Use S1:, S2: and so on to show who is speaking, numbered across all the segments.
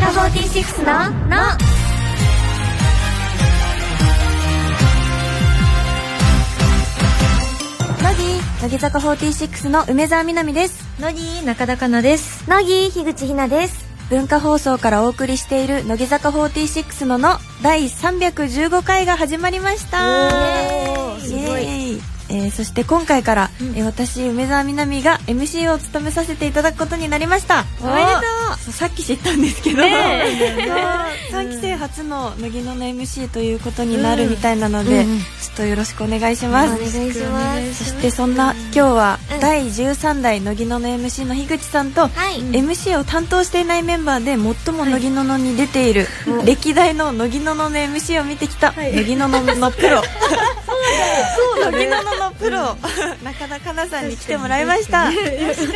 S1: 46のの
S2: 乃木乃木坂46の梅澤美波です
S3: 乃木中田香奈です
S1: 乃木樋口ひなです
S2: 文化放送からお送りしている乃木坂46のの第315回が始まりました
S3: おーすごい
S2: イエーイえーそして今回から、
S3: ん
S2: えー私梅澤美波が MC を務めさせていただくことになりました
S3: おめでと
S2: うそうさっき知ったんですけど、
S3: ねえ
S2: 3期生初の乃木のの MC ということになるみたいなので、
S3: うんうんうん
S2: ちょっとよろしくお願いします、
S1: いし
S2: そしてそんな今日は
S1: うん
S2: 第13代乃木野の MC の樋口さんと、
S1: はい
S2: MC を担当していないメンバーで最も乃木野のに出ている、歴代の乃木野の MC を見てきた、乃木野ののプロ そう乃木野ののプロ、 中田香奈さんに来てもらいました
S3: 確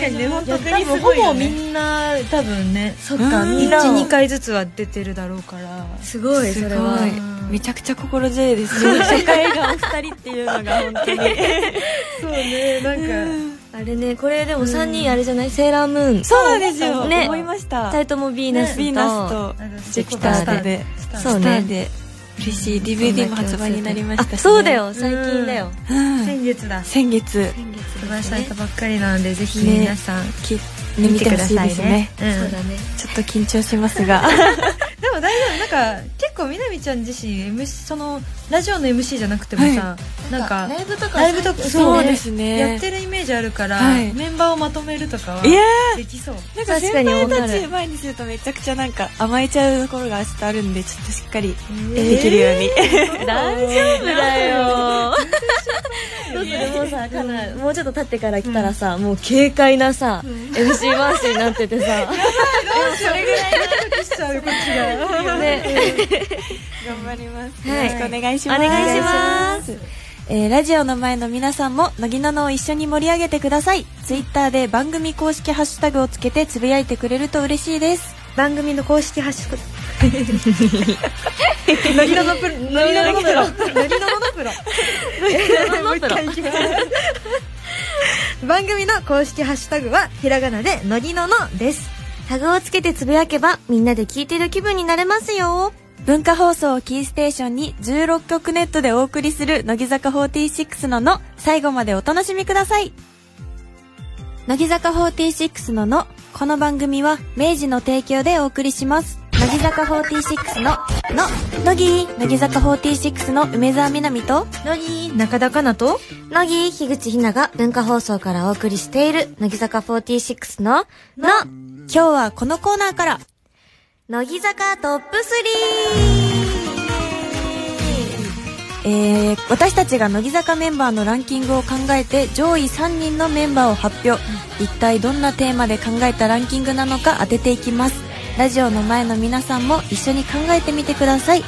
S3: か にね本当
S2: お願いします
S3: にすごいよねほぼみんな多分ねそっ
S2: かみんな
S3: 12回ずつは出てるだろうからすごい
S2: す
S3: それは
S2: ごいめちゃくちゃ心強いですね初回がお二人っていうのが本 当に
S3: そうねなんか
S1: あれねこれでも3人あれじゃない、セーラームーン
S2: そうなんですよ、
S1: ね
S2: 思いました
S1: 2人ともヴィーナスと,、
S2: ヴィーナスとジュピターで
S1: そうね
S2: スターで嬉しい DVD も発売になりましたし、ね、
S1: あそうだよ最近だよ、
S2: うん
S3: 先月だ
S2: 先月
S3: 発売されたばっかりなのでぜひ
S2: ね
S3: 皆さん
S2: き見てほしいですね
S3: うん
S1: そうだね
S2: ちょっと緊張します が
S3: でも大丈夫なんか結構みなみちゃん自身 MC そのラジオの MC じゃなくてもさ、なんか
S1: イブとか
S3: ライブとか
S2: そうで
S3: ね
S2: すね
S3: やってるイメージあるから、
S2: はい
S3: メンバーをまとめるとかはい
S2: や
S3: できそう
S2: ーなんか先
S1: 確
S2: 輩
S1: かにわ
S2: た
S1: か
S2: ち
S1: る
S2: 前にするとめちゃくちゃなんか甘えちゃうところが明日あるんでちょっとしっかりできるように、
S1: 大丈夫だ よだってもうさかなもうちょっと経ってから来たらさ、もう軽快なさ、MC 回しになってて さ
S3: それぐらいドキドキしちゃうこっち が
S1: ね
S2: 頑張ります、
S1: はい
S2: よろしくお願いします
S1: お願いします
S2: えーラジオの前の皆さんも乃木ののを一緒に盛り上げてくださいツイッターで番組公式ハッシュタグをつけてつぶやいてくれると嬉しいです
S3: 番組の公式ハッシュ タグノリノのプロノリノのプロノリノのプロ
S1: ノのプロ
S3: もう一回いきます 番組の公式ハッシュタグはひらがなでノリノのです
S1: タグをつけてつぶやけばみんなで聞いてる気分になれますよ
S2: 文化放送をキーステーションに16曲ネットでお送りする乃木坂46のの最後までお楽しみください乃木坂46ののこの番組は明治の提供でお送りします乃木坂46のの乃木乃木坂46の梅澤美波と
S3: ノリ中田かなと
S1: 乃木樋口ひなが文化放送からお送りしている乃木坂46のの
S2: 今日はこのコーナーから
S1: 乃木坂トップ
S2: えー私たちが乃木坂メンバーのランキングを考えて上位3人のメンバーを発表一体どんなテーマで考えたランキングなのか当てていきますラジオの前の皆さんも一緒に考えてみてください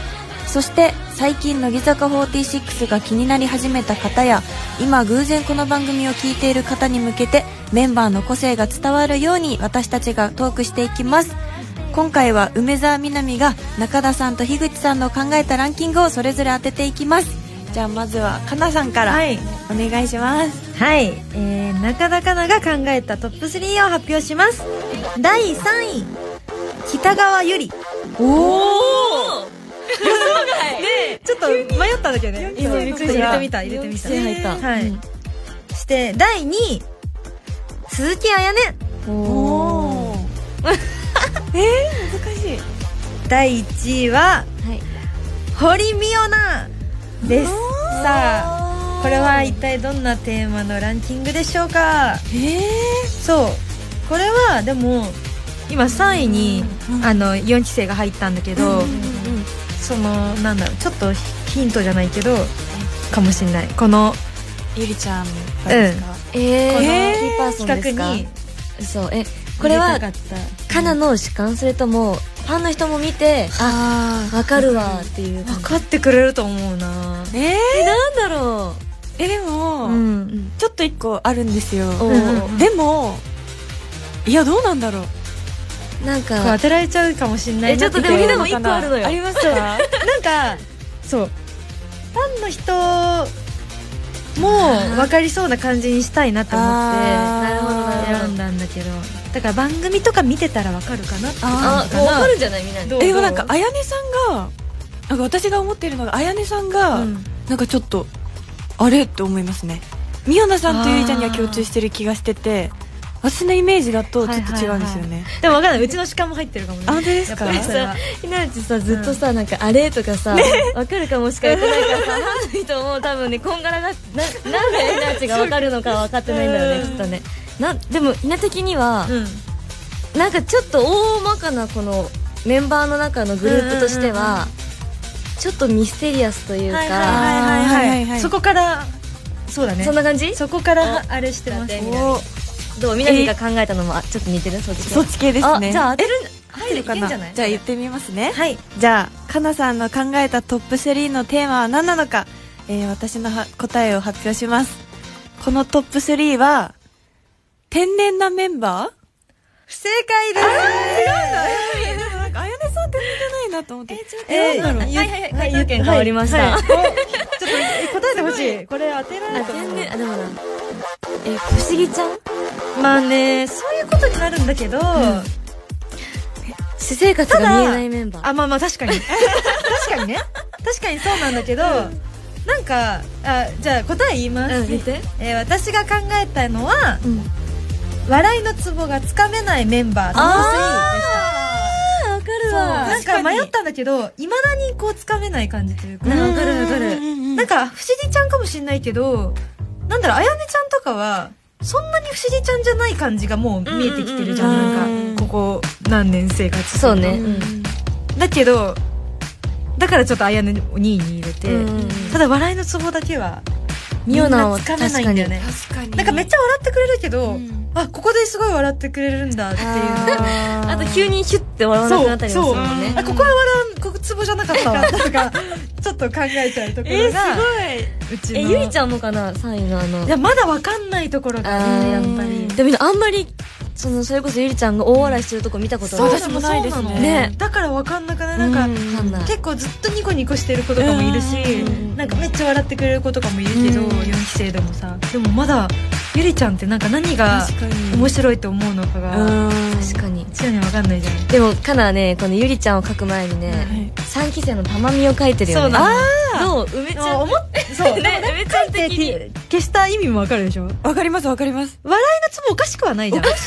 S2: そして最近乃木坂46が気になり始めた方や今偶然この番組を聞いている方に向けてメンバーの個性が伝わるように私たちがトークしていきます今回は梅澤美波が中田さんと樋口さんの考えたランキングをそれぞれ当てていきますじゃあまずはかなさんから、
S3: はい
S2: お願いします
S3: はい、えー、中田香奈が考えたトップ3を発表します第3位北川由里
S1: おお
S3: ちょっと迷ったんだけどね今びっくりした入れてみた入れてみた
S1: 手入った
S3: はい、して第2位鈴木彩音
S2: おーえー、難しい
S3: 第1位は
S1: はい
S3: 堀美央奈ですさあ
S2: あ
S3: これは一体どんなテーマのランキングでしょうか
S2: えー、
S3: そうこれはでも今3位に、
S2: うん
S3: あの4期生が入ったんだけど、
S2: うんうん
S3: そのなんだろうちょっとヒントじゃないけどかもしれないこの
S2: ゆりちゃんですか、
S1: えー、
S3: この
S1: キーパーソンです
S3: 企
S1: か
S3: 画に
S1: そうえこ
S3: こ
S1: れ
S3: れは
S1: はカナの主観それともファンの人も見て
S2: あ
S1: わかるわっていう感
S3: 分
S1: じ
S3: かってくれると思うな
S2: ーえー、
S1: なんだろ
S2: えでも、
S3: うん
S2: ちょっと一個あるんですよ
S1: う、お
S3: うん
S1: ー
S2: でもいやどうなんだろう
S1: なん
S3: こう
S1: か
S3: 当てられちゃうかもしれない
S1: えちょっとでもみんなも一個あるのよ
S2: あります か
S3: なんかそうファンの人も分かりそうな感じにしたいなと思っ
S2: あー
S1: なるほどなるほ
S3: て
S1: ど
S3: 選んだんだけどだから番組とか見てたらわかるかなって
S1: あ
S3: 感じ
S1: も
S3: か
S1: う分
S3: な
S1: かるんじゃないみんな
S3: ど
S1: に
S3: う
S2: えで
S3: ど
S2: も
S3: う
S2: なんかあやねさんがなんか私が思ってるのがあやねさんが、
S3: うん
S2: なんかちょっとあれって思いますねミオナさんとゆいちゃんには共通してる気がしてて私のイメージだとちょっと違うんですよね、
S3: でもわかんないうちの主観も入ってるかもね
S2: あ本当ですか
S3: やっぱりそれは
S1: ひなうちさずっとさ、なんかあれとかさ、わかるかもしか言ってないからさファンの人も多 分ねこんがらがななんでひなうちがわかるのか分かってないんだよね
S3: うん
S1: きっとねなでもひな的には、
S3: うん
S1: なんかちょっと大まかなこのメンバーの中のグループとしては、ちょっとミステリアスというか、
S3: はいはいはい
S2: は
S3: はいい
S2: は
S3: はいいそこからそうだね
S1: そんな感じ
S3: そこからあれしてま
S1: だっ
S3: す
S1: て
S2: お
S1: どうみなみが考えたのもあちょっと似てるそっち系
S2: そっち系ですね
S1: あじゃあ当てる入
S2: る
S1: る
S2: か
S1: か
S2: な
S1: な
S2: じ
S1: じ
S2: ゃ
S1: ゃ
S2: あ
S1: ない
S2: 言ってみますね
S3: はい
S2: じゃあかなさんの考えたトップ3のテーマは何なのか、えー私のは答えを発表しますこのトップ3は天然なメンバー
S3: 不正解です
S2: でもなんかあやねさんって似てないなと思って
S3: え
S2: なんだろう
S3: ー
S1: はいはいはい回答権変わりました
S3: はいはいおちょっとえ答えてほしいこれ当てられ
S1: あ
S3: るかな
S1: 全然あでもなえ不思議ちゃん
S3: まあねそういうことになるんだけど、
S1: 私生活が見えないメンバー
S3: あまあまあ確かに確かにね確かにそうなんだけど、なんかあじゃあ答え言います、
S1: うん言って
S3: えー私が考えたのは、
S1: ん
S3: 笑いのツボがつかめないメンバー
S1: あーわかるわ
S3: なんか迷ったんだけどいまだにこうつかめない感じというか
S1: うんわかるわか
S2: うんう
S1: る
S2: んうん
S3: なんか不思議ちゃんかもしんないけどなんだろうあやねちゃんとかはそんなに不思議ちゃんじゃない感じがもう見えてきてるじゃ
S2: う
S3: ん,、
S2: んうんうん
S3: なんかここ何年生活してる
S1: そう
S3: の
S1: ね
S3: だけどだからちょっとあやねを2位に入れて、
S1: うんうんうん
S3: ただ笑いのツボだけはみ
S1: ミオ
S3: ん
S1: ナ
S3: な
S1: は
S3: つかめないんだよね
S2: 確かに
S3: なんかめっちゃ笑ってくれるけど、
S2: うん
S3: あここですごい笑ってくれるんだっていう
S1: あと急にヒュッて笑わなくなったりもするもんね
S2: そうそう
S3: あここは笑うここツボじゃなかった わとかちょっと考えちゃうところが、うちの
S1: えゆりち
S3: ゃ
S1: ゃんもかな3位のあの
S3: いやまだわかんないところが
S1: あー
S3: やっぱり
S1: でもあんまりそのそれこそゆりちゃんが大笑いしてるとこ見たこと
S2: そう
S1: ない
S2: 私もないですね
S3: そうなの
S1: ね
S3: だからわかんなくないなんか、
S2: うん
S1: わかんない
S3: 結構ずっとニコニコしてる子とかもいるし
S1: うん
S3: なんかめっちゃ笑ってくれる子とかもいるけど
S2: うん
S3: 4期生でもさでもまだゆりちゃんってなんか何が
S2: 確かに
S3: 面白いと思うのかがう
S1: 確かに
S3: ちらにはわかんないじゃない
S1: でもかなはねこのゆりちゃんを描く前に
S3: は
S1: ね3期生のたまみを描いてる
S3: そ
S1: よね
S3: うなの
S1: あーどう梅ちゃん
S3: 思ってそう
S1: ね梅ちゃん的に
S3: 消した意味もわかるでしょ
S2: にわかりますわかります
S3: 笑いのツボおかしくはないじゃん。不思議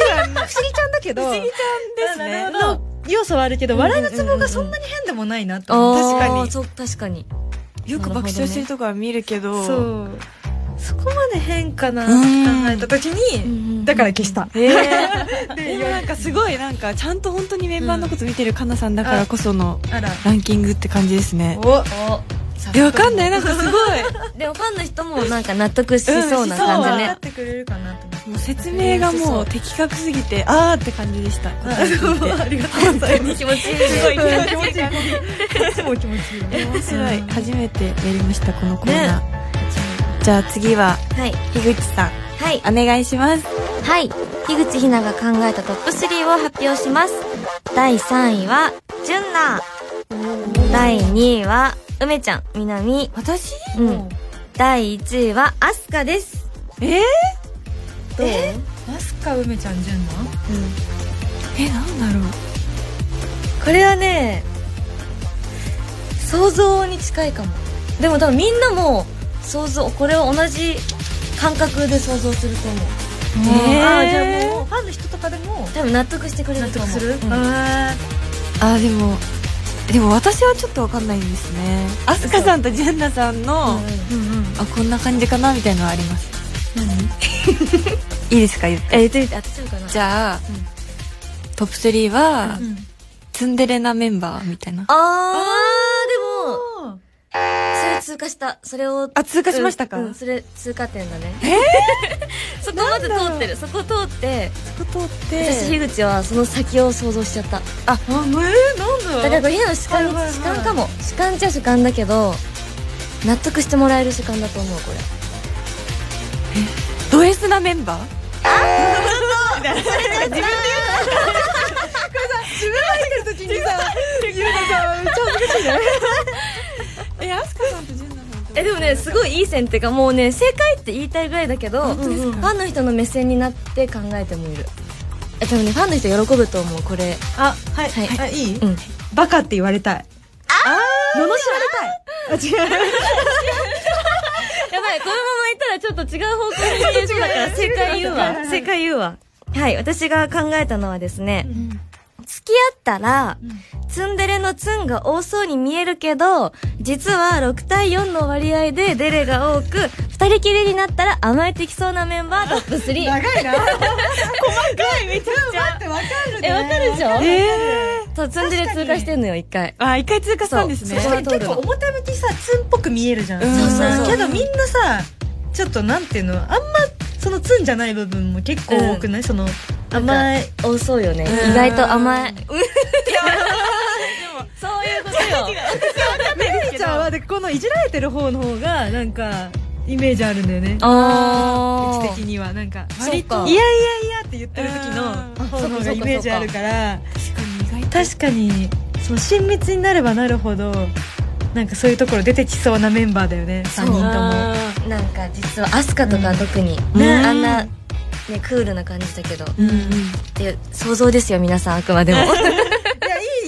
S3: ちゃんだけど。不思議ちゃん
S2: ですね
S3: の要素はあるけど、笑いのツボがそんなに変でもないなって
S1: あ
S3: 思う。
S1: ー
S2: 確かに
S1: そう確かに
S2: よく爆笑してるとこは見るけど
S3: そう。そこまで変かなっ
S2: うん
S3: て考えた時
S1: うんうん
S3: に、だから消した。
S2: えー、でもなんかすごいなんかちゃんと本当にメンバーのこと見てるかなさんだからこその
S3: あら。
S2: ランキングって感じですね
S3: お
S1: お
S2: いやわかんないなんかすご
S1: でもファンの人もなんか納得しそうな
S3: そう
S1: 感じ
S3: 分か
S1: ね
S3: っ、てくれるかなと思っ
S2: い
S3: て
S2: もう説明がもう的確すぎてあーって感じでした答え聞いて
S3: あありがとうございます。
S1: 気持ちいいすごい
S3: うん 気持ちいい。こっちも気持ちいいね。
S2: 面白い
S3: うん
S2: 初めてやりましたこのコーナー、じゃあ次は
S1: はい
S2: 樋口さん
S1: はい
S2: お願いします
S1: はい樋口ひなが考えたトップ3を発表します第3位はじゅんな第2位は梅ちゃんみなみ
S2: 私
S1: うん第1位はアスカです
S2: えー、
S1: どう
S3: マスカ梅ちゃん純な
S2: えなんだろう
S1: これはね想像に近いかもでも多分みんなも想像これは同じ感覚で想像すると思う
S2: えー
S3: あーじゃあもうファンの人とかでも
S1: 多分納得してくれ
S3: 納
S1: ると
S3: 得
S1: 思う
S3: する
S1: うん
S3: あー
S2: あーでもでも私はちょっとわかんないんですねアスカさんとジェンナさんの、
S3: うんうん
S2: あこんな感じかなみたいなのはあります何 いいですか言って
S1: え言ってみて当てちゃうかな
S2: じゃあ、トップ3は、
S3: うん
S2: ツンデレなメンバーみたいな
S1: あーでも
S3: あ
S1: それ通過したそれを
S2: あ通過しましたか
S1: うんうんそれ通過点だねえ そこまで通ってるそこ通って
S2: そこ通っ
S1: 私
S2: て
S1: 樋口はその先を想像しちゃった
S3: えー、なんだ
S1: だからこれ変な主観に
S3: はいはいはい
S1: 主観かも主観っちゃ主観だけど納得してもらえる主観だと思うこれ
S2: ド S なメンバー
S3: 自分入ってる時にさゆうなさんめっちゃ恥ずかしいね
S2: えアスカさんとジェンナさん
S1: えでもねすごいいい線っていうかもうね正解って言いたいぐらいだけど
S3: 本当ですか
S1: ファンの人の目線になって考えてもいるえ多分ねファンの人喜ぶと思うこれ
S3: あ、はい、
S1: は
S3: あ、
S1: い
S3: いい、
S1: うん
S3: バカって言われたい。ああ罵られたい。あ、違う。
S1: やばいこのままいったらちょっと違う方向に行けそうだから正解言う
S3: はいはいは
S1: わ
S3: い
S1: 正解言うわはい私が考えたのはですね、付き合ったら、ツンデレのツンが多そうに見えるけど、実は6対4の割合でデレが多く、二人きりになったら甘えてきそうなメンバートップ3。
S4: 長いな細かいめちゃくちゃ待ってわかるね
S1: え、わかるでしょ
S3: ええ
S1: そう、ツンデレ通過してんのよ、一回。
S4: あ一回通過したんですね
S1: そう
S4: そ
S1: そうう
S4: 結
S1: 結
S4: 構
S1: 構
S3: 表向きさ、ツンっぽく見えるじゃん。
S4: うんそう
S1: そうそう
S3: けどみんなさ、ちょっとなんていうの、あんま、そのツンじゃない部分も結構多くない、その、甘い。
S1: 多そうよね。
S4: うん
S1: 意外と 甘え。そういうことよ。
S3: メリちゃんは、で、このいじられてる方の方が、なんか、イメージあるんだよね。 位
S1: あ
S3: 置
S1: ー
S3: 的には、なんか、
S1: そうか
S3: いやいやいやって言ってる時
S4: うん
S3: の、
S1: あ
S3: 方の
S1: そうかそ
S3: 方
S1: うか
S3: がイメージあるから、
S4: 意外と
S3: 確かにそう親密になればなるほどなんかそういうところ出てきそうなメンバーだよね3人とも
S1: なんか実はアスカとか特に、
S3: うん
S1: ね
S3: うん
S1: あんな、ね、クールな感じだけど、っ
S4: うんうん
S1: ていう想像ですよ、皆さん、あくまで も。っ
S3: いやいいい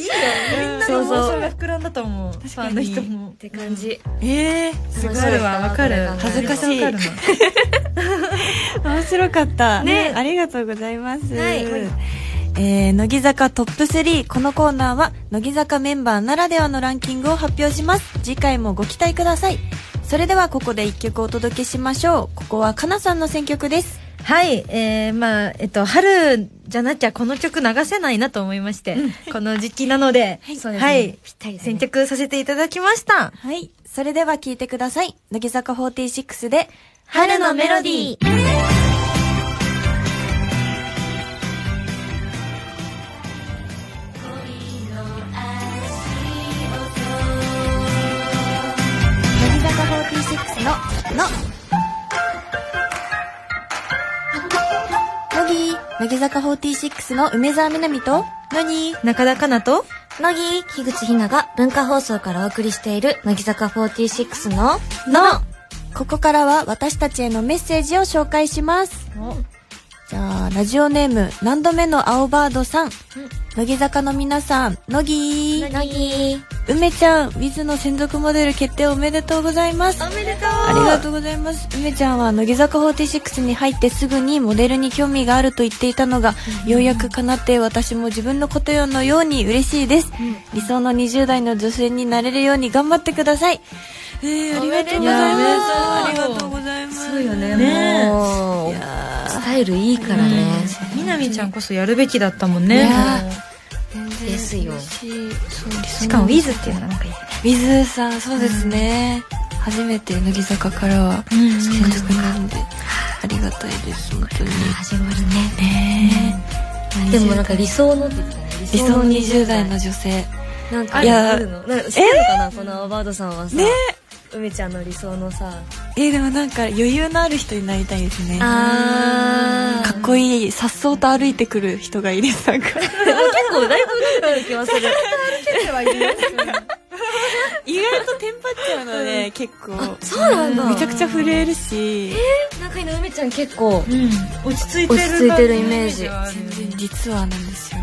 S3: いよみんなの
S1: そうそう
S3: 妄想が膨らんだと思うフ
S4: 確
S3: ァ
S4: かに
S3: ンの人も
S1: て感じ。
S4: ええ
S3: すごいわわかる
S1: 恥
S4: ずかしい
S3: わかる
S4: 面白かった
S1: ね
S4: ありがとうございます
S1: はい
S2: えー、乃木坂トップ3このコーナーは乃木坂メンバーならではのランキングを発表します次回もご期待くださいそれではここで1曲お届けしましょうここはかなさんの選曲です
S3: はいえー、まあえっと春じゃなきゃこの曲流せないなと思いまして、この時期なので
S1: いそうですね
S3: はい
S1: ぴったりだね
S3: 選曲させていただきました
S2: はいそれでは聴いてください乃木坂46で
S1: 春のメロディー。
S2: 乃木坂46のの乃木乃木坂46の梅澤美波と乃木
S3: 中田香菜と
S1: 乃木、樋口ひなが文化放送からお送りしている、乃木坂46の、の、
S2: ここからは私たちへのメッセージを紹介しますじゃあラジオネーム何度目の青バードさん乃木坂の皆さん乃木
S1: 乃木。
S2: 梅ちゃんウィズの専属モデル決定おめでとうございます
S1: おめでとう
S2: ありがとうございます。梅ちゃんは乃木坂46に入ってすぐにモデルに興味があると言っていたのが、ようやく叶って私も自分のことよのように嬉しいです。理想の20代の女性になれるように頑張ってください。えー、ありがとうございます。あ
S3: おめ
S2: り
S3: でとう
S2: がとうございます。
S1: そうよね、
S3: ねえ
S1: もう、スタイルいいからね。
S3: みなみちゃんこそやるべきだったもんね
S2: ね全然
S1: ですよ
S2: 嬉しいそう理想の
S3: しかもウィズっていうのがなんかいいね
S2: ウィズさん、そうですね。初めて乃木坂からは
S3: うん
S2: 専属なんで、ありがたいです、本当に。
S1: 始まるね。
S2: ねえ
S1: でもなんか理想のって言ってたね。
S2: 理想20代の女性
S1: なんか、
S2: い
S1: い
S2: や
S1: や、あるのなんか知ってるのかな、このアワードさんはさ。ね梅ちゃんの理想のさ。
S2: えーでもなんか余裕のある人になりたいですねか
S1: あ
S2: っこいいさっそうと歩いてくる人がいいですなんか
S1: 結構だいぶ伸びたような気はする。
S2: 意外とテンパっちゃうので結構
S1: そうなんだ。
S2: めちゃくちゃ震えるし
S1: 仲いいの梅ちゃん結構。
S3: 落ち着いてる
S1: 落ち着いてるイメージ
S3: 感じはあるよね
S2: 実はなんですよ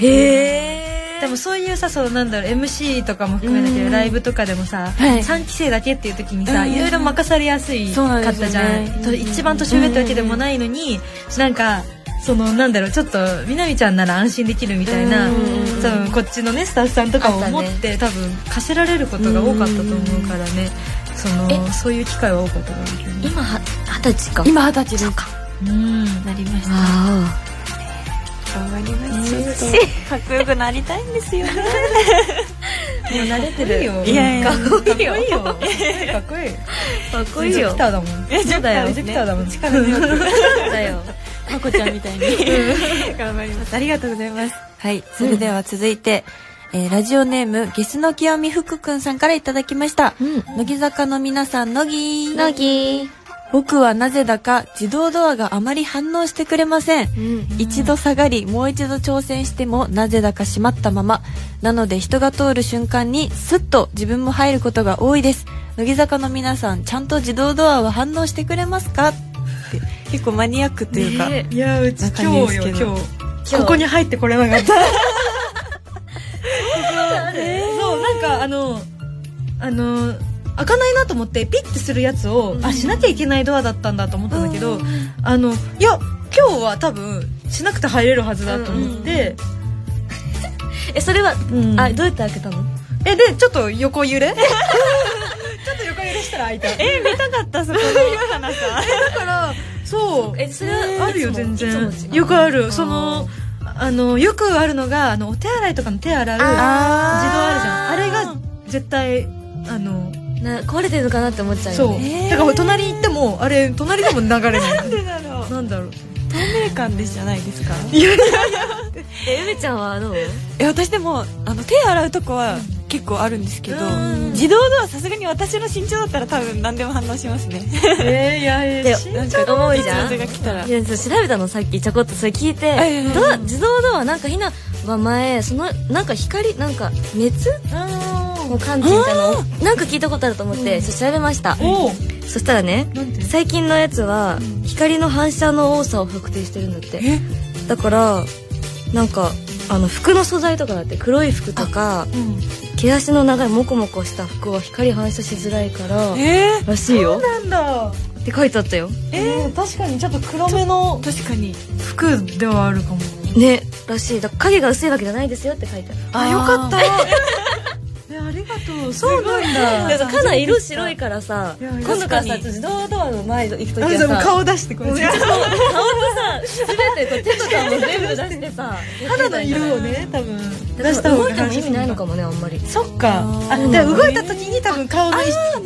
S1: へ
S3: でもそういうさそうなんだろう MC とかも含めて
S2: うん
S3: ライブとかでもさ、
S2: はい
S3: 3期生だけっていう時にさ、
S2: うん
S3: いろいろ任されやすい
S2: そう
S3: か
S2: なん
S3: っ
S2: ですよ
S3: た
S2: ね
S3: じゃん、と一番年上ってわけでもないのに、なんかそのなんだろうちょっとみなみちゃんなら安心できるみたいな、
S2: うん
S3: 多分こっちのねスタッフさんとかも
S1: あったね
S3: 思って、多分課せられることが多かったと思うからね、その
S1: え
S3: そういう機会は多かったからね
S1: 今は、二十歳か。
S2: 今二十歳ですか
S3: うん
S2: なりました
S1: あ
S2: 頑張りましたちょっとかっこよくなりたいんですよね
S3: もう慣れてるよ
S2: いやいや
S3: かっこいいよかっこいい よかっこいい
S1: あ。かっこ
S3: エ
S1: いい
S3: ジ
S1: よ
S3: プ。ターだもんエジプターエジプターだもん力強く
S1: だ よ。
S2: まこちゃんみたいに頑張りますありがとうございますはいそれでは続いて、えーラジオネームゲスの極み福くんさんからいただきました、
S1: うん。
S2: 乃木坂の皆さん乃木
S1: 乃木。
S2: 僕はなぜだか自動ドアがあまり反応してくれません
S1: うん。
S2: 一度下がりもう一度挑戦してもなぜだか閉まったままなので人が通る瞬間にスッと自分も入ることが多いです乃木坂の皆さんちゃんと自動ドアは反応してくれますかって結構マニアックというか、
S1: ね
S3: いやうち
S2: 中に
S3: 今
S2: で
S3: 日
S2: す
S3: よ
S2: け
S3: 今
S2: ど
S3: 日
S1: 今日
S3: ここに入ってこれなかったそうなんかあのあの開かないなと思ってピッてするやつを、あしなきゃいけないドアだったんだと思ったんだけど、あのいや今日は多分しなくて入れるはずだと思って、
S1: えそれは、
S3: ん
S1: あどうやって開けたの
S3: えでちょっと横揺れちょっと横揺れしたら開いたえ
S2: 見たかったそこの花か
S3: だからそう
S1: えそれは
S3: ねあるよ
S1: いつも
S3: 全
S1: い
S3: 然
S1: つも違う
S3: よくあるそのあのよくあるのがあのお手洗いとかの手洗う自動あるじゃんあれが絶対あの
S1: な壊れてるのかなって思っちゃうよ
S3: そう、
S1: ね
S2: えー
S3: だから隣行ってもあれ隣でも流れない
S2: なんでだろう
S3: なんだろう
S2: 透明感でじゃないですか
S1: え梅ちゃんはどう
S2: え私でもあの手洗うとこは結構あるんですけど
S3: うん
S2: 自動ドアさすがに私の身長だったら多分何でも反応しますね
S3: えー、いやいや
S1: で
S2: なん
S1: 長
S2: か
S1: 重い
S2: い
S1: じゃん
S2: つ風が来たら
S1: いやそう調べたのさっきちょこっとそれ聞いて
S2: いはいはい
S1: ドア自動ドアなんかひなは前そのなんか光なんか熱の感知みたいなのをなんか聞いたことあると思って、ちょっと調べました
S3: おお
S1: そしたらね
S3: なんて
S1: 最近のやつは光の反射の多さを測定してるんだってだからなんかあの服の素材とかだって黒い服とか
S3: うん
S1: 毛足の長いモコモコした服は光反射しづらいから
S2: えー
S1: らしいよ
S3: なんだ
S1: って書いてあったよ
S3: えー、確かにちょっと黒めの
S2: 確かに
S3: 服ではあるかも
S1: ねらしいだから影が薄いわけじゃないですよって書いてある
S3: あよかったえありがとうそうなんだ
S1: でもかなり色白いからさ
S3: いやいや
S1: 今度から
S2: 確
S1: さ
S2: かに
S1: 自動ドアの前行く時
S3: あ
S1: は
S3: でも
S1: さ
S3: 顔出してこれ
S1: 顔とさ全てこう手とかも全部出してさ
S3: 肌の色をね多分出
S1: 出
S3: し
S1: したた
S3: 方
S1: 動
S3: が
S1: いても意味ないのかもねあん まり
S3: そっかあ
S2: あ
S3: だ
S2: ー
S3: から動いた時に多分顔の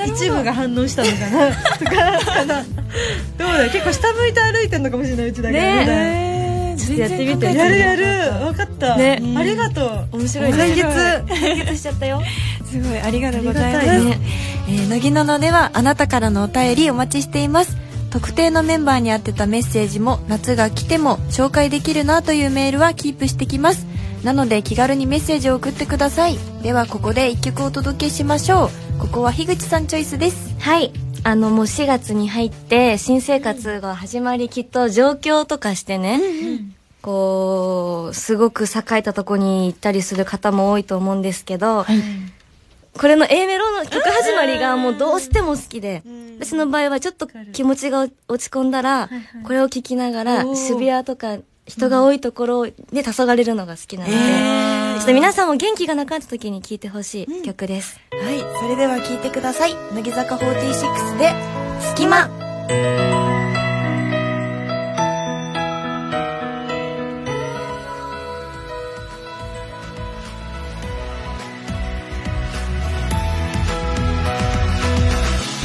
S3: 一部が反応したのかなとかかなどうだよ結構下向いて歩いてんのかもしれないうちだから
S1: ね
S2: え
S3: ね
S1: ちょっとやってみて
S3: やるやる分かった
S1: ね
S3: ありがとう
S2: 面白いね
S3: 解決
S1: 解決しちゃったよ
S2: すごいありがとうございま
S3: あ
S2: す
S3: りがたい
S1: ね
S2: えー乃木ののではあなたからのお便りお待ちしています特定のメンバーに当てたメッセージも夏が来ても紹介できるなというメールはキープしてきますなので気軽にメッセージを送ってくださいではここで一曲お届けしましょうここは樋口さんチョイスです
S1: はいあのもう4月に入って新生活が始まりきっと上京とかしてね、こうすごく栄えたとこに行ったりする方も多いと思うんですけど、これの A メロの曲始まりがもうどうしても好きで、私の場合はちょっと気持ちが落ち込んだら、これを聴きながら
S2: おー
S1: 渋谷とか人が多いところで黄昏れるのが好きなので、ちょっと皆さんも元気がなかった時に聴いてほしい曲です。
S2: はいそれでは聴いてください乃木坂46で「隙間」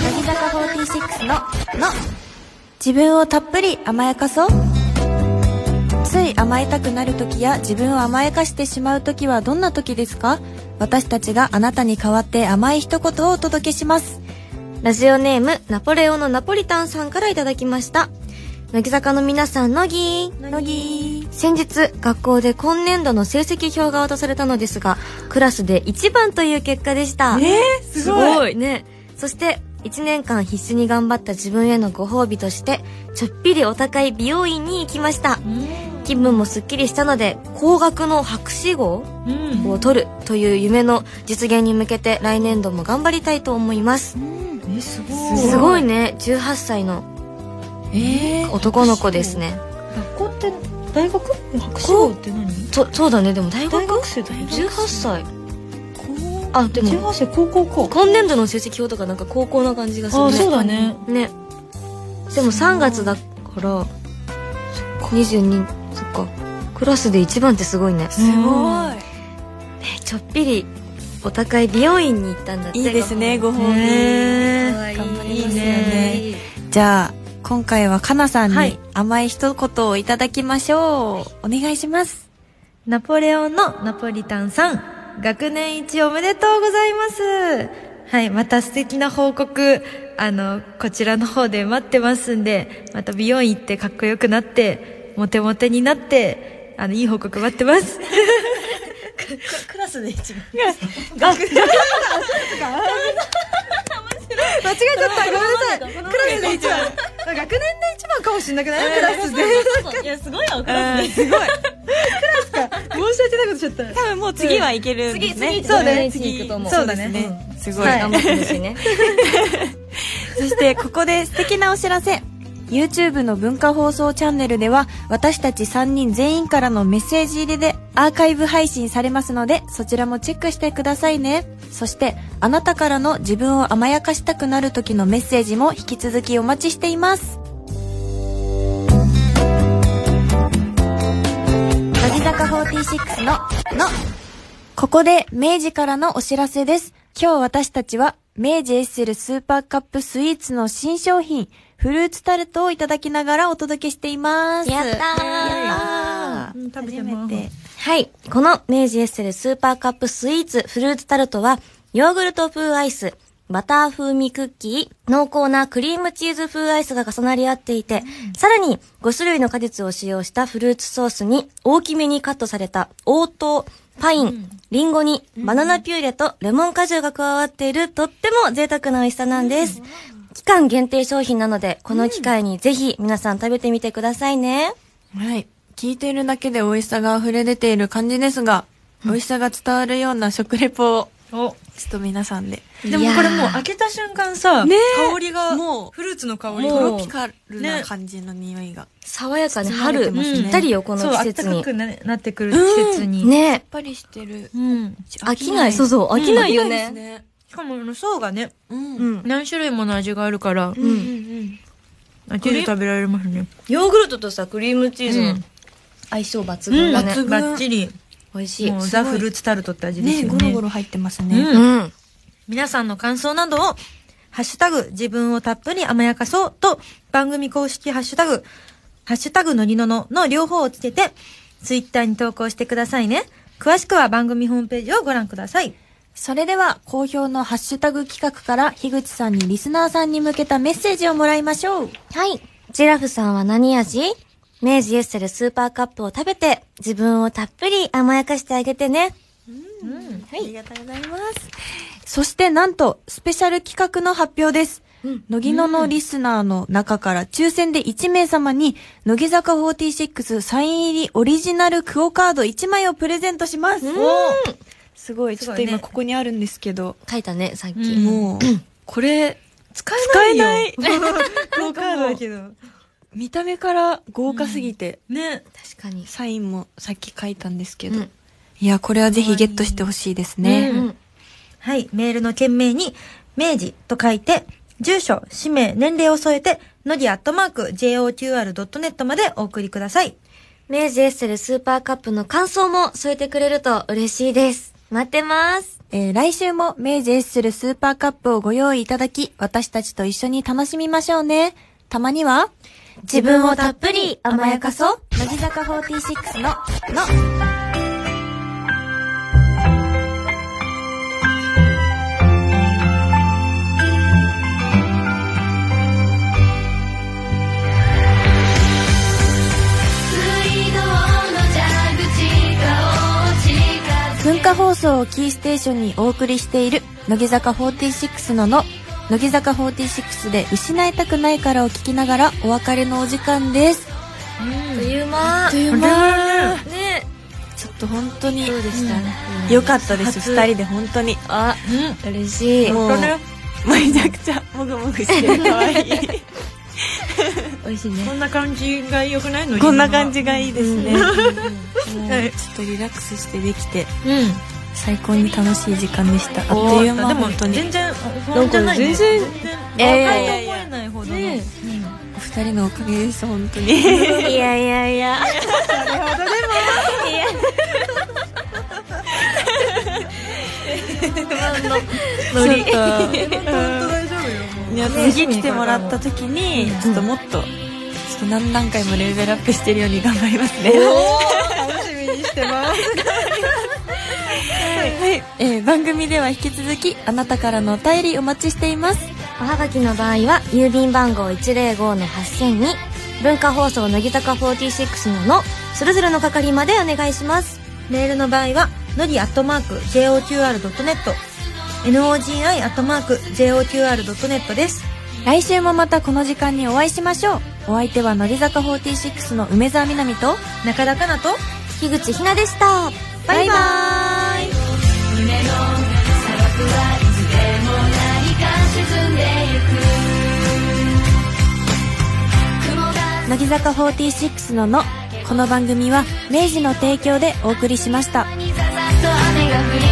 S2: 乃木坂46の「の」自分をたっぷり甘やかそうつい甘えたくなる時や自分を甘やかしてしまう時はどんな時ですか私たちがあなたに代わって甘い一言をお届けします
S1: ラジオネーム、ナポレオのナポリタンさんからいただきました。乃木坂の皆さん、乃木
S2: 乃木
S1: 先日、学校で今年度の成績表が渡されたのですが、クラスで1番という結果でした。
S2: え
S1: すごいね。そして、1年間必死に頑張った自分へのご褒美として、ちょっぴりお高い美容院に行きました。気分もすっきりしたので、高額の博士号
S3: うん
S1: を取るという夢の実現に向けて来年度も頑張りたいと思います。
S3: えすごい
S1: すごいね。18歳の
S2: えー
S1: 男の子ですね。
S3: 学校って大学博士号って何
S1: そ、そうだね。でも大
S3: 大
S1: 学
S3: 学生だよ
S1: ?18 歳。
S3: 高
S1: あ、でも、
S3: 18歳高校か
S1: 今年度の成績表とかなんか高校な感じがするね。
S3: あそうだね
S1: ねでも3月だから22そっかクラスで一番ってすごいね
S2: すご
S1: えちょっぴりお高い美容院に行ったんだって
S2: いいいですねご褒美、
S3: ね
S1: 可愛い
S2: 頑張り
S1: い
S2: ますよね
S1: ね
S2: じゃあ今回はかなさん
S3: は
S2: に
S3: い
S2: 甘い一言をいただきましょう、お願いします
S5: ナポレオンのナポリタンさん、学年一おめでとうございます。はい、また素敵な報告、あの、こちらの方で待ってますんで、また美容院行ってかっこよくなって、モテモテになって、あの、いい報告待ってます。
S3: クラスで一
S5: 間
S3: 番
S5: 違えちゃったごめんなさいクラスで一番学年で一番か
S3: かもしれなくないクラスで。
S1: いや、すごいよ、ク
S2: う
S1: ラ
S2: ん
S1: ス
S2: すごい
S3: 申し訳なくなっちゃった。
S2: 多分もう次はいけるんですね
S1: 次次
S3: そうだね
S1: 次行くと思う
S2: そうだねすごい
S1: 頑張ってほしいね。
S2: そしてここで素敵なお知らせ YouTube の文化放送チャンネルでは私たち3人全員からのメッセージ入りでアーカイブ配信されますのでそちらもチェックしてくださいねそしてあなたからの自分を甘やかしたくなる時のメッセージも引き続きお待ちしています乃木坂46の「の」ここで明治からのお知らせです。今日私たちは明治エッセルスーパーカップスイーツの新商品、フルーツタルトをいただきながらお届けしています。
S1: やったー
S2: やったー
S3: うん食べて
S2: 初
S3: も
S2: めて。
S1: はい。この明治エッセルスーパーカップスイーツフルーツタルトは、ヨーグルト風アイス、バター風味クッキー、濃厚なクリームチーズ風アイスが重なり合っていて、さらに5種類の果実を使用したフルーツソースに大きめにカットされた応答、パイン、リンゴにバナナピューレとレモン果汁が加わっているとっても贅沢な美味しさなんです。期間限定商品なので、この機会にぜひ皆さん食べてみてくださいね。
S2: はい。聞いているだけで美味しさが溢れ出ている感じですが、美味しさが伝わるような食レポを、
S3: お
S2: ちょっと皆さんで。
S3: でもこれもう開けた瞬間さ、
S2: ねえ
S3: 香りが、
S2: もう
S3: フルーツの香り
S1: も
S2: ト
S1: う
S3: が。
S2: ロピカルな感じの匂いが。やっ
S1: 爽やかね、
S2: 包まれ
S1: 春、
S2: てますね
S1: ぴったりよ、こ
S3: そ
S1: の
S3: う、
S1: 季
S3: 暖
S1: 節に
S3: か。くななってくる季節に。
S1: ね
S2: ぱりしてる。
S3: うん。
S1: 飽きない、そうそう、飽きないよね。
S2: ね。
S3: しかもあの層がね、
S2: うん。
S1: う
S2: うん
S1: ん。
S3: 何種類もの味があるから、
S2: うんうん。
S3: 飽きず食べられますね。
S1: ヨーグルトとさ、クリームチーズ
S3: う
S1: の
S3: ん
S1: 相性抜群だ
S2: 抜
S1: ね
S2: 群。
S3: バッチリ。
S1: 美味しい
S3: も。うザ・フルーツタルトって味です
S2: ね
S3: よ
S2: ゴ
S3: ね。
S2: ロゴロ入ってます
S3: う
S2: ね。
S3: ん
S1: うん。
S3: 皆さんの感想などを、ハッシュタグ、自分をたっぷり甘やかそうと、番組公式ハッシュタグ、ハッシュタグのりののの両方をつけて、ツイッターに投稿してくださいね。詳しくは番組ホームページをご覧ください。
S2: それでは、好評のハッシュタグ企画から、樋口さんにリスナーさんに向けたメッセージをもらいましょう。
S1: はい。ジラフさんは何味明治エッセルスーパーカップを食べて、自分をたっぷり甘やかしてあげてね。
S2: はい。ありがとうございます。そして、なんと、スペシャル企画の発表です。乃木ののリスナーの中から抽選で1名様に、乃木坂46サイン入りオリジナルクオカード1枚をプレゼントします。
S1: うん。
S2: すごい、ちょっと今ここにあるんですけど、
S1: 書いたね、さっき。
S3: うん
S2: もう、これ、
S3: 使
S2: えないよ
S3: えない よ。ローカードだけど。
S2: 見た目から豪華すぎて、
S3: ね。
S1: 確かに。
S2: サインもさっき書いたんですけど、
S1: うん
S2: いや、これはぜひゲットしてほしいですね。
S3: うんはい、メールの件名に、明治と書いて、住所、氏名、年齢を添えて、のりアットマーク、joqr.net までお送りください。
S1: 明治エッセルスーパーカップの感想も添えてくれると嬉しいです。待ってます。
S2: えー来週も明治エッセルスーパーカップをご用意いただき、私たちと一緒に楽しみましょうね。たまには、
S1: 自分をたっぷり甘やか そう。
S2: 乃木坂46の、の。文化放送をキーステーションにお送りしている乃木坂46のの乃木坂46で失いたくないからを聞きながらお別れのお時間です
S1: あっという間。
S2: という
S3: 間
S1: ね
S2: ちょっと本当に
S1: どうでした、
S2: 良かったです
S1: 初
S2: 2人で本当に
S1: あ、
S3: う
S1: 嬉しい。
S2: もう
S3: 本当ね
S2: めちゃくちゃもぐもぐしてるかわいい
S1: 美味しい
S3: ん。
S1: ね。
S3: こんな感じが良くないの
S2: こんな感。じがいいですね、もう
S3: はい
S2: ちょっとリラックスしてできて
S3: うん。
S2: 最高に楽しい時間でしたあっという間
S3: でも
S2: 本当に
S3: 全然不安じゃない、ね、
S2: なんか全然
S3: 全然
S2: いや
S3: 若
S2: いや
S3: い
S2: い
S3: と
S2: や
S3: 思えないほどの、
S1: ね
S2: お二人のおかげです本当に
S1: いやいやいや。
S2: ノリちょっと
S3: 大丈夫よ
S2: いや次来てもらった時にちょっともっとちょっと何段階もレベルアップしてるように頑張りますね
S3: 楽しみにしてます
S2: はい、えー番組では引き続きあなたからのお便りお待ちしています
S1: おはがきの場合は、郵便番号105-8000に、文化放送乃木坂46のの、それぞれの係までお願いします。
S3: メールの場合はのりアットマーク JOQR.net nogi アットマーク JOQR.net です
S6: 来週もまたこの時間にお会いしましょうお相手は乃木坂46の梅澤美波と
S3: 中田香菜と
S1: 樋口ひなでした
S6: バイバーイ乃木坂46ののこの番組は明治の提供でお送りしました
S7: ざっと雨が降り